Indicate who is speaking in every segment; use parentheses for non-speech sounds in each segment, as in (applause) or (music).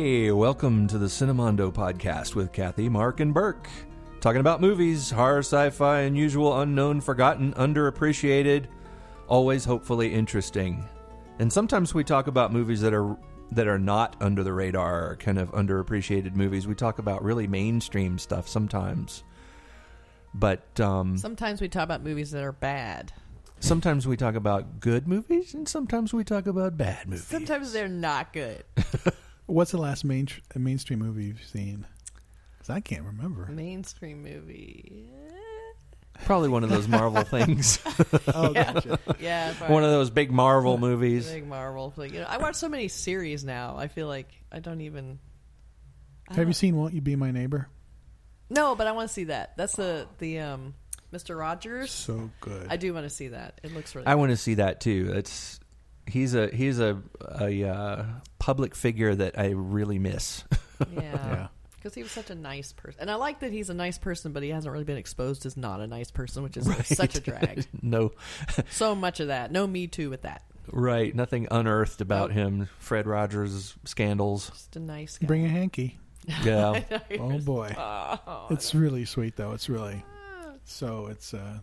Speaker 1: Welcome to the Cinemondo podcast with Kathy, Mark, and Burke. Talking about movies, horror, sci fi, unusual, unknown, forgotten, underappreciated, always hopefully interesting. And sometimes we talk about movies that are that are not under the radar, kind of underappreciated movies. We talk about really mainstream stuff sometimes. But um,
Speaker 2: Sometimes we talk about movies that are bad.
Speaker 1: sometimes we talk about good movies and sometimes we talk about bad movies.
Speaker 2: Sometimes they're not
Speaker 3: (laughs)
Speaker 2: good.
Speaker 3: What's the last main uh, mainstream movie you've seen? Because I can't remember.
Speaker 2: Mainstream movie.
Speaker 1: Probably one of those Marvel things.
Speaker 3: (laughs) Oh, gotcha.
Speaker 2: Yeah, if I-
Speaker 1: one of those big Marvel movies.
Speaker 2: big Marvel. Like, you know, I watch so many series now. I feel like I don't even. I
Speaker 3: Have you
Speaker 2: don't-
Speaker 3: seen "Won't You Be My Neighbor"?
Speaker 2: No, but I want to see that. That's the the um, Mr. Rogers.
Speaker 3: So good.
Speaker 2: I do want to see that. It looks really.
Speaker 1: I want to see that too. It's he's a he's a a uh, public figure that I really miss. (laughs)
Speaker 2: good. yeah.
Speaker 3: (laughs) Yeah.
Speaker 2: Because he was such a nice person, and I like that he's a nice person, but he hasn't really been exposed as not a nice person, which is such a drag.
Speaker 3: (laughs)
Speaker 1: no,
Speaker 2: so much of that. No me too with that.
Speaker 1: right? Nothing unearthed about
Speaker 2: Nope.
Speaker 1: him. Fred Rogers
Speaker 2: (laughs)
Speaker 1: scandals.
Speaker 2: Just a nice guy.
Speaker 3: Bring a hanky.
Speaker 1: Yeah,
Speaker 3: Oh boy,
Speaker 2: (laughs) Oh. Ah.
Speaker 3: it's really sweet though. It's really so. It's uh,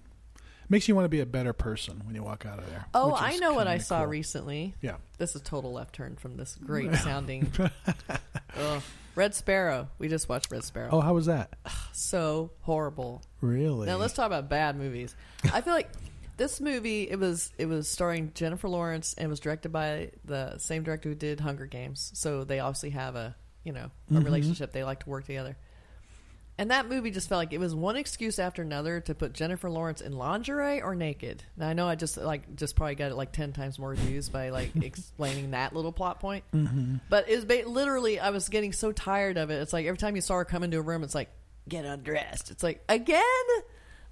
Speaker 3: makes you want to be a better person when you walk out of there.
Speaker 2: Oh,
Speaker 3: which
Speaker 2: I
Speaker 3: is
Speaker 2: know what
Speaker 3: kinda
Speaker 2: I saw
Speaker 3: cool.
Speaker 2: recently.
Speaker 3: Yeah.
Speaker 2: This is total left turn from this
Speaker 3: (laughs)
Speaker 2: great sounding. Ugh. Red Sparrow. We just watched Red Sparrow.
Speaker 3: Oh, how was that?
Speaker 2: So horrible.
Speaker 3: Really?
Speaker 2: Now let's talk about bad movies. I feel like this movie it was it was starring Jennifer Lawrence and was directed by the same director who did Hunger Games. So they obviously have a you know a relationship. They like to work together. And that movie just felt like it was one excuse after another to put Jennifer Lawrence in lingerie or naked. Now I know I just like just probably got it like ten times more views by like (laughs) explaining that little plot point. Mm-hmm. But it was ba- literally I was getting so tired of it. It's like every time you saw her come into a room, it's like get undressed. It's like again.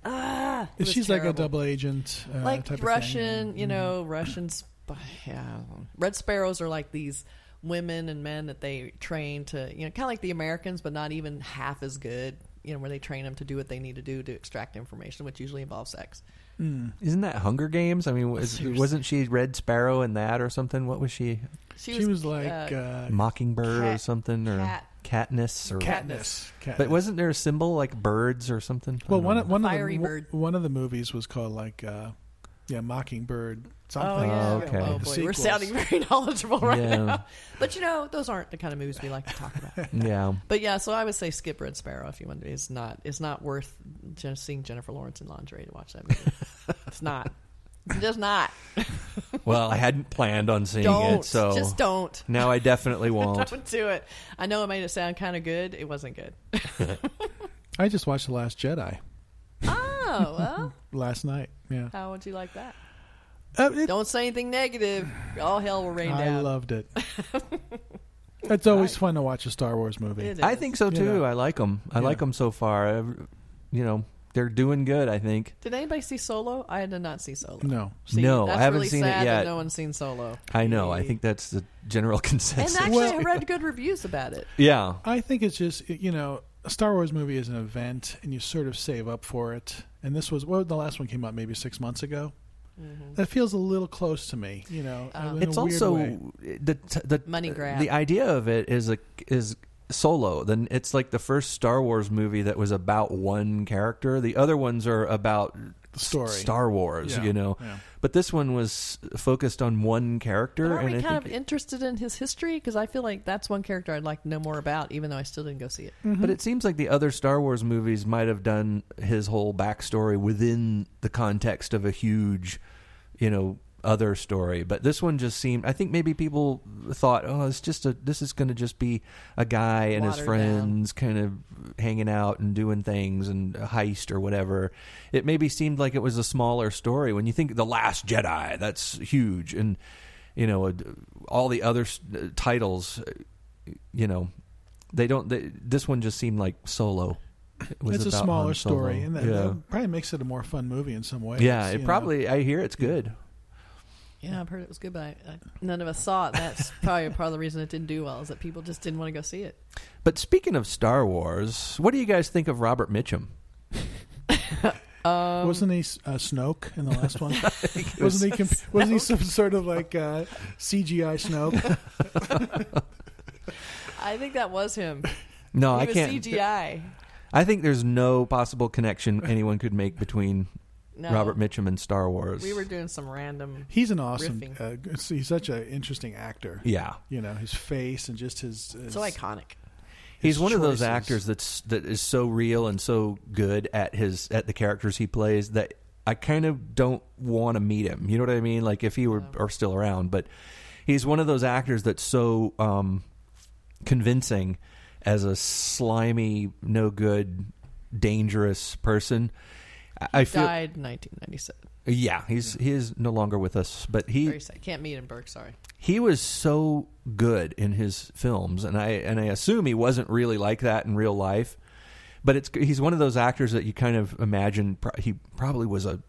Speaker 2: Ah, it was
Speaker 3: She's like a
Speaker 2: terrible.
Speaker 3: double agent, uh,
Speaker 2: like
Speaker 3: type of thing. Mm-hmm.
Speaker 2: Russian, you know, Russian. Spy, yeah. Red sparrows are like these women and men that they train to, you know, kind of like the Americans, but not even half as good. You know, where they train them to do what they need to do to extract information, which usually involves sex.
Speaker 3: Mm.
Speaker 1: isn't that Hunger Games? I mean,
Speaker 2: (laughs)
Speaker 1: was, wasn't she Red Sparrow in that or something? What was she?
Speaker 2: She
Speaker 3: She was, like uh,
Speaker 1: Mockingbird or
Speaker 2: Cat-
Speaker 1: something or
Speaker 2: Cat-
Speaker 1: Katniss or
Speaker 3: Katniss. Katniss.
Speaker 1: But wasn't there a symbol like birds or something? I
Speaker 3: Well,
Speaker 1: don't
Speaker 3: one
Speaker 1: know.
Speaker 3: of, one, of
Speaker 2: Fiery
Speaker 3: the,
Speaker 2: bird.
Speaker 3: one of the movies was called like, uh, yeah, Mockingbird.
Speaker 2: Oh
Speaker 3: Something.
Speaker 2: yeah!
Speaker 1: Oh, okay.
Speaker 2: Oh
Speaker 3: The
Speaker 2: boy, we're
Speaker 3: sequels.
Speaker 2: sounding (laughs) very knowledgeable right
Speaker 1: Yeah.
Speaker 2: now. But you know, those aren't the kind of movies we like to talk about.
Speaker 3: (laughs)
Speaker 1: yeah.
Speaker 2: But yeah, so I would say skip Red Sparrow if you want to. It's not. It's not worth just seeing Jennifer Lawrence in lingerie to watch that
Speaker 1: (laughs)
Speaker 2: movie. it's not. It's just not.
Speaker 1: Well, I hadn't planned on seeing
Speaker 2: Don't.
Speaker 1: it, so
Speaker 2: Just don't.
Speaker 1: now I definitely (laughs)
Speaker 2: (laughs)
Speaker 1: won't.
Speaker 2: Don't do it. I know it made it sound kind of good. It
Speaker 1: (laughs)
Speaker 2: wasn't good.
Speaker 3: I just watched The Last Jedi
Speaker 2: Oh well.
Speaker 3: last night. Yeah.
Speaker 2: How would you like that?
Speaker 3: Uh, it-
Speaker 2: Oh, Don't say anything negative. All hell will rain
Speaker 3: I
Speaker 2: down. (laughs)
Speaker 3: loved it. it's always fun to watch a Star Wars movie.
Speaker 2: It
Speaker 1: I
Speaker 2: is.
Speaker 1: think so
Speaker 3: You
Speaker 1: too.
Speaker 3: know.
Speaker 1: I like them. I
Speaker 3: Yeah.
Speaker 1: like them so far. I, you know, they're doing good. I think.
Speaker 2: Did anybody see Solo? I did not see Solo.
Speaker 3: No.
Speaker 2: See,
Speaker 1: No,
Speaker 2: that's
Speaker 1: I haven't
Speaker 2: really
Speaker 1: seen it
Speaker 2: sad
Speaker 1: yet.
Speaker 2: That no one's seen Solo.
Speaker 1: I know. I think that's the general (laughs)
Speaker 2: And
Speaker 1: consensus.
Speaker 2: actually,
Speaker 3: Well-
Speaker 2: I read good reviews
Speaker 1: (laughs)
Speaker 2: about it.
Speaker 1: yeah.
Speaker 3: I think it's just, you know, a Star Wars movie is an event and you sort of save up for it. And this was, well, the last one came out maybe six months ago.
Speaker 2: Mm-hmm.
Speaker 3: That feels a little close to me, you know.
Speaker 2: Um,
Speaker 3: in a
Speaker 1: It's
Speaker 3: weird
Speaker 1: also
Speaker 3: way.
Speaker 1: the t- the
Speaker 2: Money grab.
Speaker 1: Uh, The idea of it is a is solo. Then it's like the first Star Wars movie that was about one character. The other ones are about
Speaker 3: The story.
Speaker 1: Star Wars.
Speaker 3: Yeah,
Speaker 1: You know.
Speaker 3: yeah.
Speaker 1: But this one was focused on one character,
Speaker 2: But are
Speaker 1: and
Speaker 2: we
Speaker 1: I
Speaker 2: kind of
Speaker 1: think
Speaker 2: interested in his history? Because I feel like that's one character I'd like to know more about, even though I still didn't go see it.
Speaker 1: But it seems like the other Star Wars movies might have done his whole backstory within the context of a huge, you know, other story. But this one just seemed. I think maybe people thought, oh, it's just a. This is going to just be a guy and his
Speaker 2: Watered
Speaker 1: friends kind of hanging out and doing things and a heist or whatever. It maybe seemed like it was a smaller story. When you think the Last Jedi, that's huge, and you know, a- all the other s- uh, titles, uh, you know they don't. They, this one just seemed like solo. It was
Speaker 3: It's a
Speaker 1: about
Speaker 3: smaller
Speaker 1: Han Solo.
Speaker 3: story, and that,
Speaker 1: yeah,
Speaker 3: that probably makes it a more fun movie in some ways.
Speaker 1: yeah.
Speaker 3: you
Speaker 1: It
Speaker 3: know.
Speaker 1: probably. I hear it's good.
Speaker 2: Yeah, I've heard it was good, but I, I, none of us saw
Speaker 1: (laughs)
Speaker 2: it. That's probably part of the reason it didn't do well is that people just didn't want to go see it.
Speaker 1: But speaking of Star Wars, what do you guys think of Robert Mitchum?
Speaker 2: Um,
Speaker 3: wasn't he uh, Snoke in the last
Speaker 1: (laughs)
Speaker 3: one? (laughs) wasn't he?
Speaker 1: (laughs)
Speaker 3: Comp- wasn't he some sort of like uh, CGI Snoke?
Speaker 2: I think that
Speaker 1: (laughs)
Speaker 2: was him.
Speaker 1: No,
Speaker 2: he
Speaker 1: I
Speaker 2: was
Speaker 1: can't.
Speaker 2: CGI.
Speaker 1: I think there's no possible connection anyone could make between
Speaker 2: No,
Speaker 1: Robert Mitchum and Star Wars.
Speaker 2: We were doing some random.
Speaker 3: He's an awesome.
Speaker 2: Riffing.
Speaker 3: Uh, g- he's such an interesting actor.
Speaker 1: yeah,
Speaker 3: You know his face and just his. uh, his
Speaker 2: So iconic.
Speaker 1: he's
Speaker 3: his
Speaker 1: one of those
Speaker 3: choices.
Speaker 1: actors that's that is so real and so good at his at the characters he plays that I kind of don't want to meet him. You know what I mean? Like if he were or still around, but he's one of those actors that's so um, convincing as a slimy, no good, dangerous person. I- I feel
Speaker 2: Died in 1997.
Speaker 1: yeah, he's he is no longer with us, but he
Speaker 2: Very sad. Can't meet him, Burke. Sorry.
Speaker 1: he was so good in his films and i and i assume he wasn't really like that in real life but it's he's one of those actors that you kind of imagine pro- he probably was a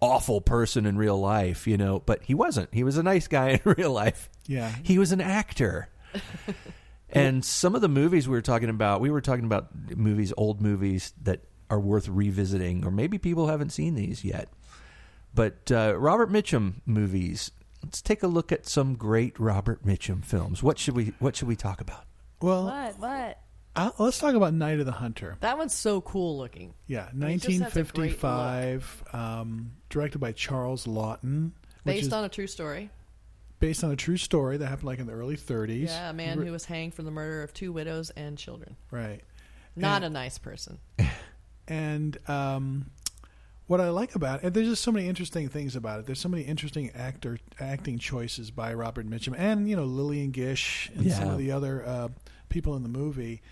Speaker 1: awful person in real life you know but he wasn't he was a nice guy (laughs) in real life
Speaker 3: Yeah.
Speaker 1: he was an actor and some of the movies we were talking about we were talking about movies old movies that are worth revisiting or maybe people haven't seen these yet but uh, Robert Mitchum movies. Let's take a look at some great Robert Mitchum films. What should we What should we talk about? Oh.
Speaker 3: Well,
Speaker 2: What? What?
Speaker 3: I, let's talk about Night of the Hunter.
Speaker 2: That one's so cool looking.
Speaker 3: Yeah,
Speaker 2: mean, it just has a great
Speaker 3: 1955, um, directed by Charles Lawton, which
Speaker 2: Based
Speaker 3: is
Speaker 2: on a true story.
Speaker 3: based on a true story that happened like in the early 30s.
Speaker 2: Yeah, a man
Speaker 3: Re-
Speaker 2: who was hanged for the murder of two widows and children.
Speaker 3: right.
Speaker 2: Not
Speaker 3: Yeah.
Speaker 2: a nice person.
Speaker 3: and um, what I like about it, there's just so many interesting things about it. There's so many interesting actor acting choices by Robert Mitchum and you know Lillian Gish and some
Speaker 1: Yeah.
Speaker 3: of the other uh, people in the movie.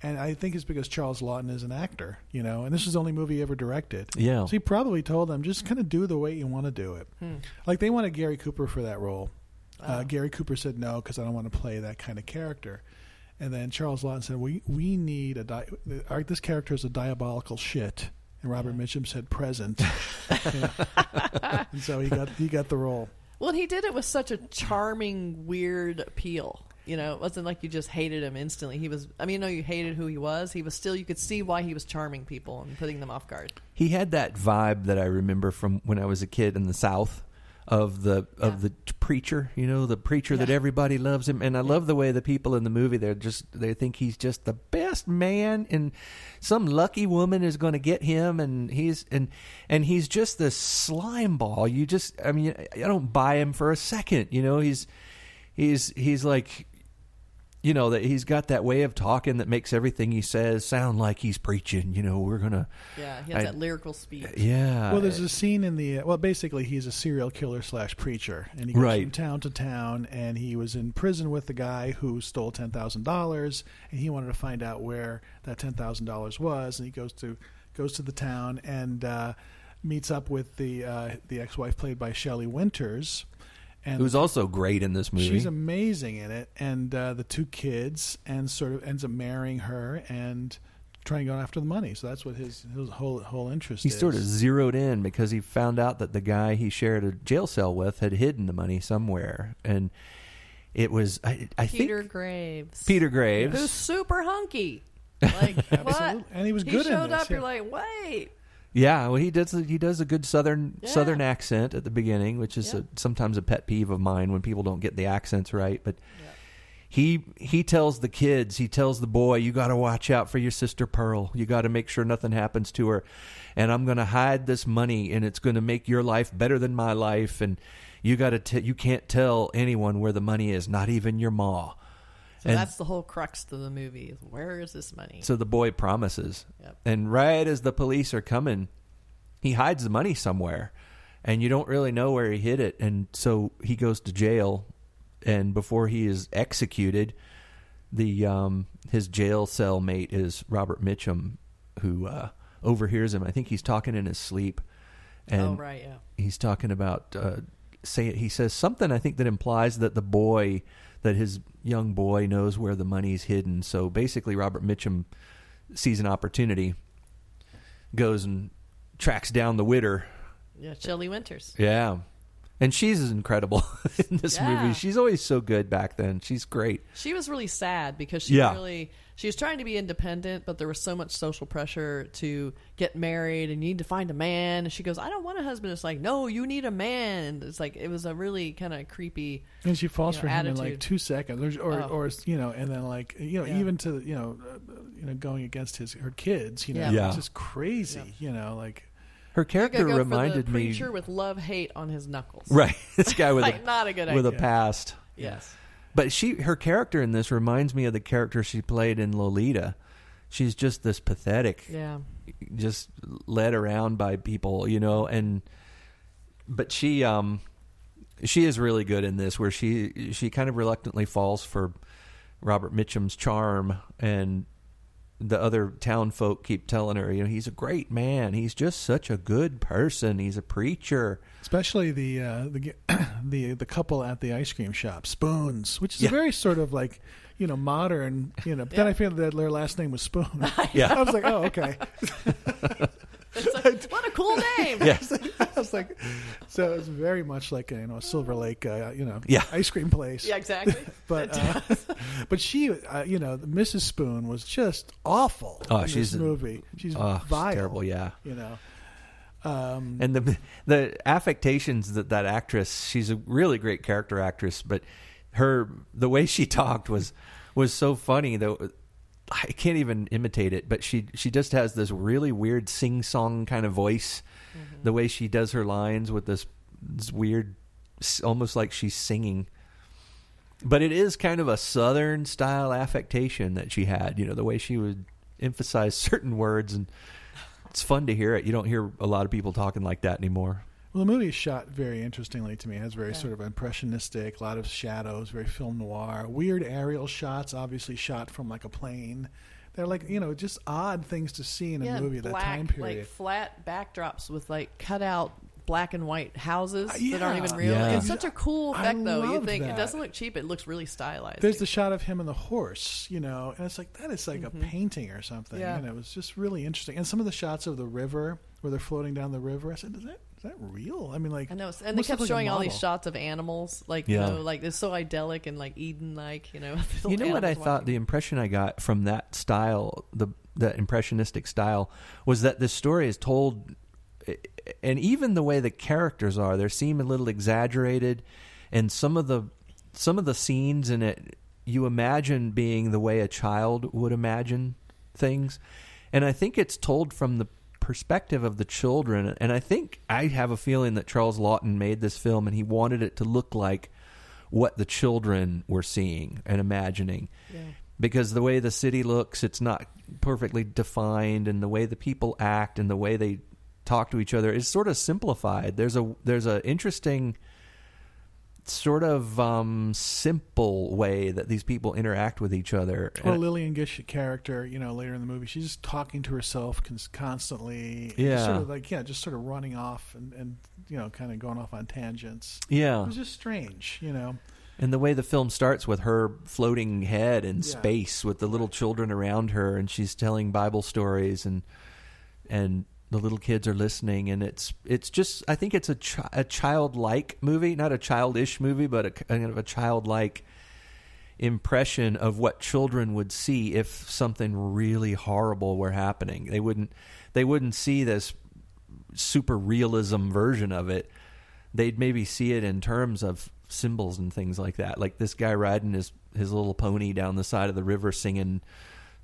Speaker 3: And I think it's because Charles Lawton is an actor, you know, and this is the only movie he ever directed.
Speaker 1: Yeah.
Speaker 3: So he probably told them just kind of do the way you want to do it.
Speaker 2: Hmm.
Speaker 3: Like they wanted Gary Cooper for that role. Uh, Gary Cooper said no because I don't want to play that kind of character. And then Charles Lawton said, "We we need a di- our, this character is a diabolical shit." And Robert Mitchum said, "Present." (laughs) You know? and so he got he got the role.
Speaker 2: Well, and he did it with such a charming, weird appeal. You know, it wasn't like you just hated him instantly. He was, I mean, no, you hated who he was. He was still, you could see why he was charming people and putting them off guard.
Speaker 1: He had that vibe that I remember from when I was a kid in the South of the of the preacher, you know, the preacher that
Speaker 2: Yeah.
Speaker 1: everybody loves him. And I love the way the people in the movie they're just they think he's just the best man and some lucky woman is going to get him and he's and and he's just this slime ball. You just I mean, I don't buy him for a second, you know. He's he's he's like you know that he's got that way of talking that makes everything he says sound like he's preaching you know we're gonna
Speaker 2: Yeah, he has
Speaker 1: I-
Speaker 2: that lyrical speech.
Speaker 1: yeah
Speaker 3: Well, there's a scene in the uh, well, basically he's a serial killer slash preacher, and he goes
Speaker 1: Right.
Speaker 3: from town to town, and he was in prison with the guy who stole ten thousand dollars, and he wanted to find out where that ten thousand dollars was, and he goes to goes to the town and uh, meets up with the uh, the ex wife played by Shelley Winters, and
Speaker 1: who's also great in this movie.
Speaker 3: She's amazing in it, and uh, the two kids, and sort of ends up marrying her and trying to go after the money. So that's what his his whole whole interest.
Speaker 1: He
Speaker 3: is.
Speaker 1: sort of zeroed in because he found out that the guy he shared a jail cell with had hidden the money somewhere, and it was I, I
Speaker 2: Peter
Speaker 1: think
Speaker 2: Graves.
Speaker 1: Peter Graves.
Speaker 2: Who's super hunky.
Speaker 1: (laughs)
Speaker 2: Like, what?
Speaker 3: Absolutely. And he was good
Speaker 2: He
Speaker 3: in
Speaker 2: showed
Speaker 3: this,
Speaker 2: up, you're
Speaker 3: yeah.
Speaker 2: like, wait.
Speaker 1: Yeah, well, he does he does a good southern
Speaker 2: Yeah.
Speaker 1: southern accent at the beginning, which is
Speaker 2: Yeah.
Speaker 1: a, sometimes a pet peeve of mine when people don't get the accents right. But he he tells the kids, he tells the boy, you got to watch out for your sister Pearl. You got to make sure nothing happens to her, and I'm going to hide this money, and it's going to make your life better than my life, and you got to t- you can't tell anyone where the money is, not even your ma.
Speaker 2: So
Speaker 1: And-
Speaker 2: that's the whole crux of the movie. Is where is this money?
Speaker 1: So the boy promises.
Speaker 2: Yep.
Speaker 1: And right as the police are coming, he hides the money somewhere. And you don't really know where he hid it. And so he goes to jail. And before he is executed, the um, his jail cell mate is Robert Mitchum, who uh, overhears him. I think he's talking in his sleep. And
Speaker 2: oh, right, yeah.
Speaker 1: he's talking about uh, say he says something I think that implies that the boy that his young boy knows where the money's hidden. So basically, Robert Mitchum sees an opportunity, goes and tracks down the widder.
Speaker 2: Yeah, Shelley Winters.
Speaker 1: Yeah, And she's incredible (laughs) in this
Speaker 2: Yeah.
Speaker 1: movie. She's always so good back then. She's great.
Speaker 2: She was really sad because she
Speaker 1: Yeah.
Speaker 2: really she was trying to be independent, but there was so much social pressure to get married and you need to find a man. And she goes, "I don't want a husband." It's like, "No, you need a man." And It's like it was a really kind of creepy.
Speaker 3: And she falls
Speaker 2: you know,
Speaker 3: for him in like
Speaker 2: attitude.
Speaker 3: two seconds, or or,
Speaker 2: Oh.
Speaker 3: or you know, and then like you know,
Speaker 2: Yeah.
Speaker 3: even to you know, uh, you know, going against his her kids, you know,
Speaker 2: Yeah.
Speaker 1: Yeah.
Speaker 3: it's just crazy, you know, like
Speaker 1: Her
Speaker 2: Go
Speaker 1: character
Speaker 2: go
Speaker 1: reminded
Speaker 2: for the
Speaker 1: me (laughs)
Speaker 2: preacher with love hate on his knuckles.
Speaker 1: Right. (laughs) This guy
Speaker 2: (laughs)
Speaker 1: with
Speaker 2: like
Speaker 1: a
Speaker 2: not a good
Speaker 1: with a
Speaker 2: idea.
Speaker 1: past.
Speaker 2: yes.
Speaker 1: But she her character in this reminds me of the character she played in Lolita. She's just this pathetic
Speaker 2: Yeah.
Speaker 1: just led around by people, you know, and but she um she is really good in this where she she kind of reluctantly falls for Robert Mitchum's charm and the other town folk keep telling her, you know, he's a great man. He's just such a good person. He's a preacher.
Speaker 3: especially the uh, the g- (clears throat) the the couple at the ice cream shop, Spoons, which is
Speaker 1: Yeah.
Speaker 3: a very sort of like you know modern, you know. But Then I found that their last name
Speaker 2: (laughs)
Speaker 3: was Spoon.
Speaker 1: Yeah.
Speaker 3: (laughs) I was like, oh okay. (laughs)
Speaker 2: It's like, what a cool name.
Speaker 1: (laughs)
Speaker 2: (laughs)
Speaker 1: Yeah.
Speaker 3: I was like, so it was very much like a, you know a Silver Lake, uh, you know,
Speaker 1: Yeah.
Speaker 3: ice cream place.
Speaker 2: Yeah, exactly.
Speaker 1: (laughs)
Speaker 3: But uh, (laughs) but she, uh, you know, Mrs. Spoon was just awful
Speaker 1: Oh,
Speaker 3: in
Speaker 1: she's
Speaker 3: this
Speaker 1: a-
Speaker 3: movie. She's
Speaker 1: Oh, it's
Speaker 3: vile,
Speaker 1: terrible, yeah.
Speaker 3: you know. Um,
Speaker 1: and the the affectations that that actress she's a really great character actress but her the way she (laughs) talked was was so funny though i can't even imitate it but she she just has this really weird sing song kind of voice the way she does her lines with this, this weird s- almost like she's singing but it is kind of a southern style affectation that she had you know the way she would emphasize (laughs) certain words and it's fun to hear it you don't hear a lot of people talking like that anymore
Speaker 3: well, the movie is shot very interestingly to me. It has very
Speaker 2: Yeah.
Speaker 3: sort of impressionistic, a lot of shadows, very film noir, weird aerial shots, obviously shot from like a plane. They're like you know just odd things to see in a
Speaker 2: yeah,
Speaker 3: movie of
Speaker 2: black,
Speaker 3: that time period.
Speaker 2: like flat backdrops with like cut out black and white houses
Speaker 3: Uh,
Speaker 2: that aren't
Speaker 3: yeah.
Speaker 2: even real. Like,
Speaker 1: Yeah.
Speaker 2: It's such a cool
Speaker 3: I
Speaker 2: effect, though. You
Speaker 3: love
Speaker 2: think
Speaker 3: that.
Speaker 2: it doesn't look cheap; it looks really stylized.
Speaker 3: There's the shot of him and the horse, you know, and it's like that is like a painting or something.
Speaker 2: Mm-hmm. Yeah.
Speaker 3: And it was just really interesting. And some of the shots of the river where they're floating down the river, I said, is that is that real? I mean, like,
Speaker 2: I know, and they
Speaker 3: almost
Speaker 2: kept
Speaker 3: looks like a
Speaker 2: showing all these
Speaker 3: model.
Speaker 2: shots of animals, like
Speaker 1: Yeah.
Speaker 2: you know, like it's so idyllic and like Eden-like, you know. (laughs)
Speaker 1: you know what I thought? The impression I got from that style, the that impressionistic style, was that this story is told, eh, and even the way the characters are, they seem a little exaggerated, and some of the some of the scenes in it you imagine being the way a child would imagine things, and I think it's told from the perspective of the children, and I think I have a feeling that Charles Lawton made this film and he wanted it to look like what the children were seeing and imagining. Because the way the city looks, it's not perfectly defined, and the way the people act and the way they talk to each other is sort of simplified. There's a there's a interesting sort of um, simple way that these people interact with each other.
Speaker 3: Or
Speaker 1: And-
Speaker 3: Lillian Gish character, you know, later in the movie, she's just talking to herself cons- constantly. and just
Speaker 1: Yeah.
Speaker 3: Sort of like, yeah, just sort of running off and, and, you know, kind of going off on tangents. It
Speaker 1: yeah,
Speaker 3: was just strange, you know.
Speaker 1: And the way the film starts with her floating head in
Speaker 3: Yeah.
Speaker 1: space with the little children around her and she's telling Bible stories and and the little kids are listening and it's it's just I think it's a chi- a childlike movie, not a childish movie, but a kind of a childlike impression of what children would see if something really horrible were happening. They wouldn't they wouldn't see this super realism version of it. They'd maybe see it in terms of symbols and things like that. Like this guy riding his his little pony down the side of the river singing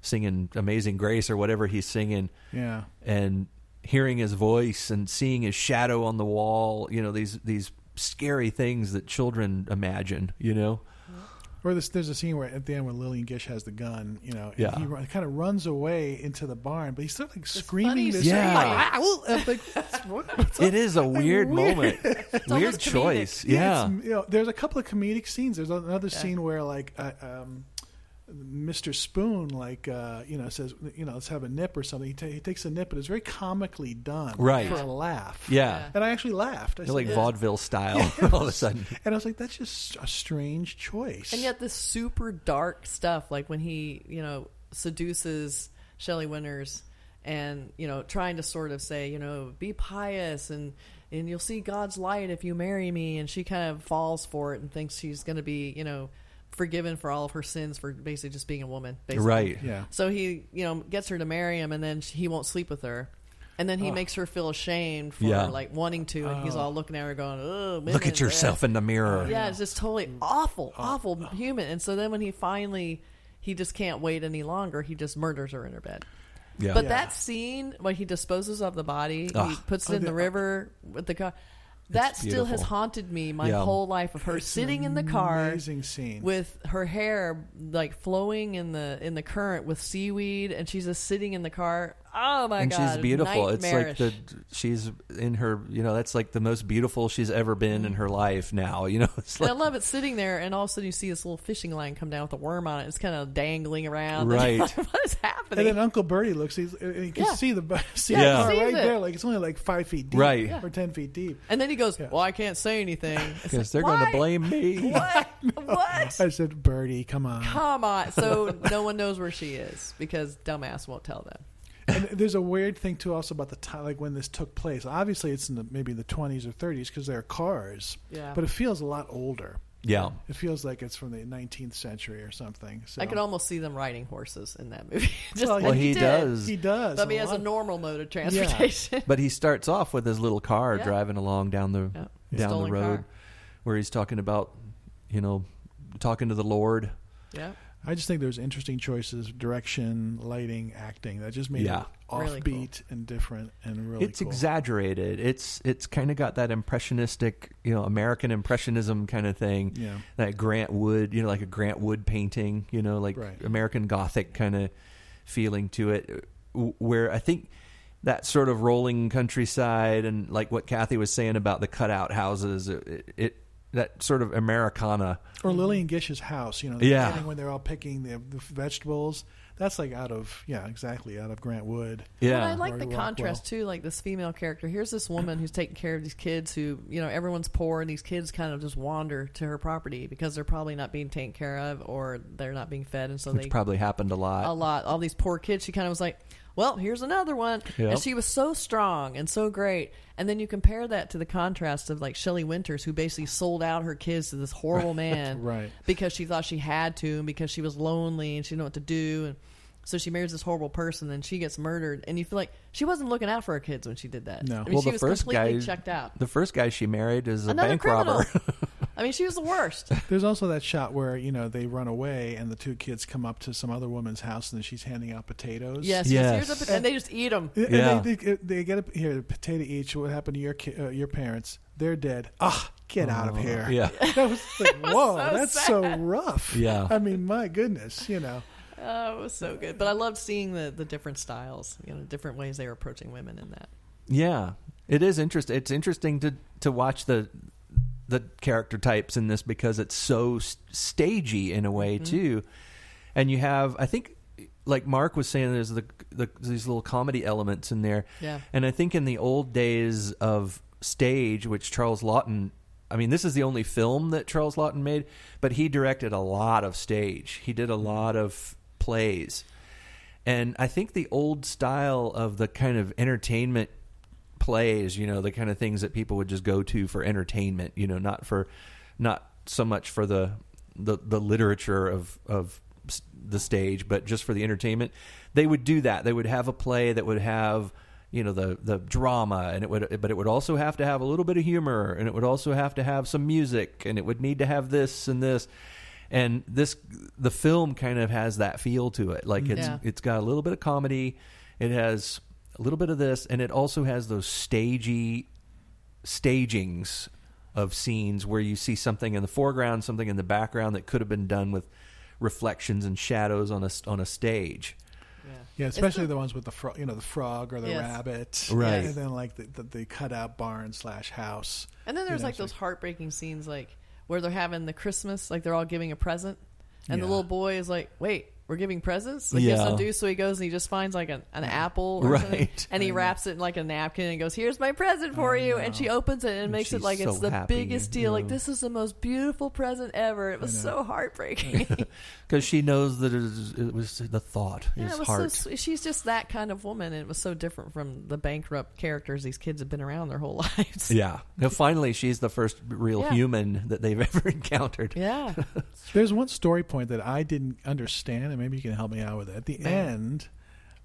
Speaker 1: singing Amazing Grace or whatever he's singing
Speaker 3: Yeah.
Speaker 1: and hearing his voice and seeing his shadow on the wall, you know, these these scary things that children imagine, you know.
Speaker 3: Or this, there's a scene where at the end where Lillian Gish has the gun, you know, and
Speaker 1: Yeah.
Speaker 3: he run, kind of runs away into the barn, but he's still like
Speaker 2: funny
Speaker 3: screaming
Speaker 2: to
Speaker 3: this.
Speaker 1: see.
Speaker 3: "Ah, ah, ah," and I'm like, "What's- what- what's
Speaker 1: It is a weird,
Speaker 3: weird.
Speaker 1: moment.
Speaker 3: (laughs)
Speaker 1: weird
Speaker 2: almost
Speaker 1: choice.
Speaker 2: comedic.
Speaker 1: Yeah.
Speaker 3: it's- you know, there's a couple of comedic scenes. There's another scene where like uh, um, Mr. Spoon, like uh, you know, says you know, let's have a nip or something. He, ta he takes a nip, but it's very comically done,
Speaker 1: Right.
Speaker 3: For a laugh,
Speaker 1: yeah.
Speaker 3: And I actually laughed. I
Speaker 1: Like
Speaker 3: said-
Speaker 1: vaudeville style (laughs) all of a sudden.
Speaker 3: (laughs) and I was like, that's just a strange choice.
Speaker 2: And yet, this super dark stuff, like when he, you know, seduces Shelley Winters and, you know, trying to sort of say, you know, be pious and, and you'll see God's light if you marry me. And she kind of falls for it and thinks she's going to be, you know, forgiven for all of her sins for basically just being a woman. Basically.
Speaker 1: Right.
Speaker 3: Yeah.
Speaker 2: So he, you know, gets her to marry him, and then she, he won't sleep with her. And then he
Speaker 3: Ugh.
Speaker 2: makes her feel ashamed for
Speaker 1: Yeah.
Speaker 2: like wanting to, and he's all looking at her, going, "Oh,
Speaker 1: Look at yourself in the mirror.
Speaker 2: Yeah, it's just totally
Speaker 1: Mm.
Speaker 2: awful,
Speaker 1: Uh,
Speaker 2: awful human. And so then when he finally, he just can't wait any longer. He just murders her in her bed.
Speaker 1: Yeah.
Speaker 2: But that scene when he disposes of the body,
Speaker 1: Ugh.
Speaker 2: he
Speaker 1: Oh, uh,
Speaker 2: puts it in the
Speaker 3: the-
Speaker 2: river with the car. That still has
Speaker 1: beautiful.
Speaker 2: haunted me my
Speaker 1: Yeah.
Speaker 2: whole life of her
Speaker 3: It's an
Speaker 2: sitting in the car
Speaker 3: Amazing scene.
Speaker 2: with her hair like flowing in the in the current with seaweed and she's just sitting in the car. Oh my
Speaker 1: and
Speaker 2: god.
Speaker 1: she's beautiful. It's like the
Speaker 2: nightmarish.
Speaker 1: she's in her, you know, that's like the most beautiful she's ever been in her life now, you know. (laughs) It's
Speaker 2: And
Speaker 1: like
Speaker 2: I love it sitting there, and all of a sudden you see this little fishing line come down with a worm on it. It's kind of dangling around. (laughs)
Speaker 1: Right.
Speaker 2: what is
Speaker 3: and
Speaker 2: happening?
Speaker 3: then Uncle Bertie looks. He's, and you can
Speaker 2: Yeah.
Speaker 3: see the (laughs) see
Speaker 1: Yeah.
Speaker 3: the car
Speaker 2: Sees
Speaker 3: right
Speaker 2: it.
Speaker 3: there. Like it's only like five feet deep,
Speaker 1: Right. Yeah.
Speaker 3: Or ten feet deep.
Speaker 2: And then he goes,
Speaker 3: Yeah.
Speaker 2: "Well, I can't say anything." It's
Speaker 1: because they're
Speaker 2: like,
Speaker 1: going
Speaker 2: "Why?
Speaker 1: to blame
Speaker 2: (laughs)
Speaker 1: me.
Speaker 2: What?
Speaker 3: (laughs)
Speaker 2: what?
Speaker 3: I said, Bertie, come on.
Speaker 2: Come on. So no one knows where she is because dumbass won't tell them.
Speaker 3: and there's a weird thing too, also about the time, like when this took place. Obviously, it's in the maybe the 20s or 30s because there are cars.
Speaker 2: Yeah.
Speaker 3: But it feels a lot older.
Speaker 1: Yeah.
Speaker 3: It feels like it's from the 19th century or something. So
Speaker 2: I could almost see them riding horses in that movie. (laughs) Just
Speaker 3: um, Well,
Speaker 2: like
Speaker 1: Well, he
Speaker 2: did.
Speaker 1: does.
Speaker 3: he does.
Speaker 2: But he
Speaker 3: a
Speaker 2: has a
Speaker 3: lot.
Speaker 2: normal mode of transportation. (laughs)
Speaker 1: But he starts off with his little car
Speaker 2: Yeah.
Speaker 1: driving along down the
Speaker 2: Yeah.
Speaker 1: down
Speaker 2: Stolen
Speaker 1: the road
Speaker 2: car.
Speaker 1: where he's talking about, you know, talking to the Lord.
Speaker 2: Yeah.
Speaker 3: I just think there's interesting choices, direction, lighting, acting that just made
Speaker 1: Yeah.
Speaker 3: it
Speaker 2: Really
Speaker 3: offbeat and different and really
Speaker 1: it's
Speaker 3: cool.
Speaker 1: exaggerated. It's it's kind of got that impressionistic, you know, American impressionism kind of thing.
Speaker 3: Yeah.
Speaker 1: That Grant Wood, you know, like a Grant Wood painting, you know, like
Speaker 3: Right.
Speaker 1: American Gothic kind of feeling to it. w- Where I think that sort of rolling countryside and like what Kathy was saying about the cutout houses, it, it that sort of Americana.
Speaker 3: Or
Speaker 2: Mm-hmm.
Speaker 3: Lillian Gish's house, you know, the
Speaker 1: Yeah.
Speaker 3: beginning when they're all picking the, the vegetables. That's like out of yeah, exactly out of Grant Wood.
Speaker 2: Well, I
Speaker 1: Yeah,
Speaker 2: like
Speaker 3: Or
Speaker 2: the
Speaker 3: Rockwell.
Speaker 2: contrast too, like this female character. Here's this woman who's taking care of these kids who, you know, everyone's poor and these kids kind of just wander to her property because they're probably not being taken care of or they're not being fed and so
Speaker 1: which
Speaker 2: they
Speaker 1: probably happened a lot.
Speaker 2: a lot. All these poor kids. She kind of was like, "Well, here's another one."
Speaker 1: Yep.
Speaker 2: And she was so strong and so great. And then you compare that to the contrast of like Shelley Winters, who basically sold out her kids to this horrible man,
Speaker 3: Right.
Speaker 2: Because she thought she had to, and because she was lonely and she didn't know what to do, and so she marries this horrible person, and she gets murdered. And you feel like she wasn't looking out for her kids when she did that.
Speaker 3: No.
Speaker 2: I mean, she was completely checked out.
Speaker 1: The first guy she married is a
Speaker 2: Another
Speaker 1: bank
Speaker 2: criminal.
Speaker 1: robber.
Speaker 2: (laughs) I mean, she was the
Speaker 3: (laughs)
Speaker 2: worst.
Speaker 3: There's also that shot where you know they run away and the two kids come up to some other woman's house and she's handing out potatoes.
Speaker 2: Yes,
Speaker 1: Yes.
Speaker 2: yes. Here's a, pot- and they just eat them.
Speaker 3: And
Speaker 1: Yeah.
Speaker 3: They, they, they get a here a potato each. What happened to your ki- uh, your parents? They're dead. Ah, get out of here.
Speaker 1: Oh. (laughs) yeah.
Speaker 3: That was
Speaker 2: (laughs)
Speaker 3: like, whoa,
Speaker 2: so
Speaker 3: that's so rough.
Speaker 1: Yeah.
Speaker 3: I mean, my goodness, you know.
Speaker 2: Oh, it was so good. But I loved seeing the, the different styles, you know, different ways they were approaching women in that.
Speaker 1: Yeah, it is interesting. It's interesting to to watch the the character types in this because it's so s- stagey in a way too, and you have I think like Mark was saying, there's the, the these little comedy elements in there.
Speaker 2: Yeah.
Speaker 1: and I think in the old days of stage, which Charles Lawton. I mean, this is the only film that Charles Lawton made, but he directed a lot of stage. He did a lot of plays. And I think the old style of the kind of entertainment plays, you know, the kind of things that people would just go to for entertainment, you know, not for not so much for the the, the literature of of s- the stage, but just for the entertainment. They would do that. They would have a play that would have you know the the drama and it would but it would also have to have a little bit of humor and it would also have to have some music and it would need to have this and this and this the film kind of has that feel to it like it's
Speaker 2: Yeah.
Speaker 1: it's got a little bit of comedy it has a little bit of this and it also has those stagey stagings of scenes where you see something in the foreground something in the background that could have been done with reflections and shadows on a s- on a stage
Speaker 3: Yeah,
Speaker 2: It's
Speaker 3: especially the ones with the fro- you know the frog or the
Speaker 2: Yes.
Speaker 3: rabbit,
Speaker 1: Right.
Speaker 3: And then like the, the, the cutout barn slash house.
Speaker 2: And then there's
Speaker 3: You know,
Speaker 2: like
Speaker 3: it's
Speaker 2: those heartbreaking scenes, like where they're having the Christmas, like they're all giving a present, and the
Speaker 3: Yeah.
Speaker 2: little boy is like, "Wait, we're giving presents. Like, yeah. Yes,
Speaker 1: Yeah.
Speaker 2: I do. So he goes and he just finds like an, an apple, or
Speaker 1: Right.
Speaker 2: something, and he wraps it in like a napkin and goes, "Here's my present for you." And she opens it and, makes it
Speaker 1: she's
Speaker 2: like it's
Speaker 1: so
Speaker 2: the
Speaker 1: happy,
Speaker 2: biggest deal. Like
Speaker 1: yeah.
Speaker 2: this is the most beautiful present ever. It was
Speaker 1: (laughs)
Speaker 2: so heartbreaking.
Speaker 1: because she knows that it is- it was the thought,
Speaker 2: (laughs) Yeah,
Speaker 1: his
Speaker 2: it was
Speaker 1: heart.
Speaker 2: So, sweet. she's just that kind of woman. and It was so different from the bankrupt characters these kids have been around their whole (laughs) lives.
Speaker 1: yeah. Now, finally, she's the first real
Speaker 2: Yeah.
Speaker 1: human that they've (laughs) ever encountered.
Speaker 2: Yeah.
Speaker 3: There's one story point that I didn't understand, and maybe you can help me out with it. At the end,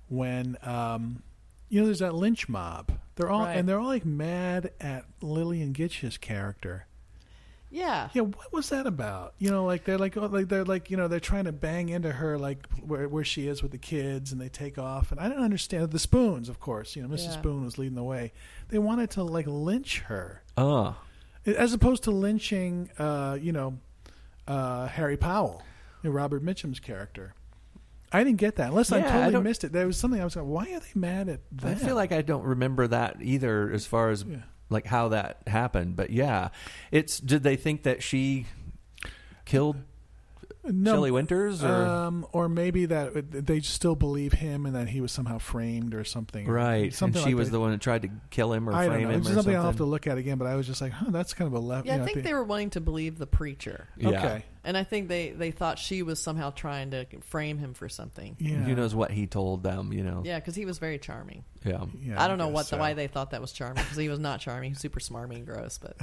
Speaker 3: when um, you know, there's that lynch mob. They're all
Speaker 2: Right.
Speaker 3: and they're all like mad at Lillian Gitch's character.
Speaker 2: Yeah.
Speaker 3: Yeah, what was that about? You know, like they're like, oh, like they're like, you know, they're trying to bang into her, like where where she is with the kids, and they take off. And I don't understand the spoons, of course. You know, Mrs.
Speaker 2: Yeah.
Speaker 3: Spoon was leading the way. They wanted to like lynch her,
Speaker 1: Uh,
Speaker 3: as opposed to lynching, uh, you know, uh, Harry Powell, you know, Robert Mitchum's character. I didn't get that unless I
Speaker 1: Yeah, I
Speaker 3: totally
Speaker 1: don't-
Speaker 3: missed it. There was something I was like, why are they mad at that?
Speaker 1: I feel like I don't remember that either, as far as
Speaker 3: Yeah.
Speaker 1: like how that happened. But yeah, it's did they think that she killed
Speaker 3: no,
Speaker 1: Shelley Winters or
Speaker 3: Um, or maybe that they still believe him and that he was somehow framed or something.
Speaker 1: right?
Speaker 3: Something
Speaker 1: and she
Speaker 3: like
Speaker 1: was
Speaker 3: that.
Speaker 1: the one that tried to kill him or
Speaker 3: I
Speaker 1: frame
Speaker 3: don't know.
Speaker 1: him or
Speaker 3: It's something,
Speaker 1: something.
Speaker 3: I'll have to look at again, but I was just like, huh, that's kind of a left.
Speaker 2: Yeah,
Speaker 3: you
Speaker 2: I
Speaker 3: know,
Speaker 2: think
Speaker 3: the-
Speaker 2: they were wanting to believe the preacher.
Speaker 1: yeah.
Speaker 3: Okay.
Speaker 2: And I think they, they thought she was somehow trying to frame him for something.
Speaker 3: Yeah.
Speaker 1: Who knows what he told them? You know.
Speaker 2: Yeah, because he was very charming.
Speaker 1: Yeah.
Speaker 3: Yeah,
Speaker 2: I don't know
Speaker 3: guess
Speaker 2: what the,
Speaker 3: so.
Speaker 2: why they thought that was charming because he was not charming. He's super smarmy and gross, but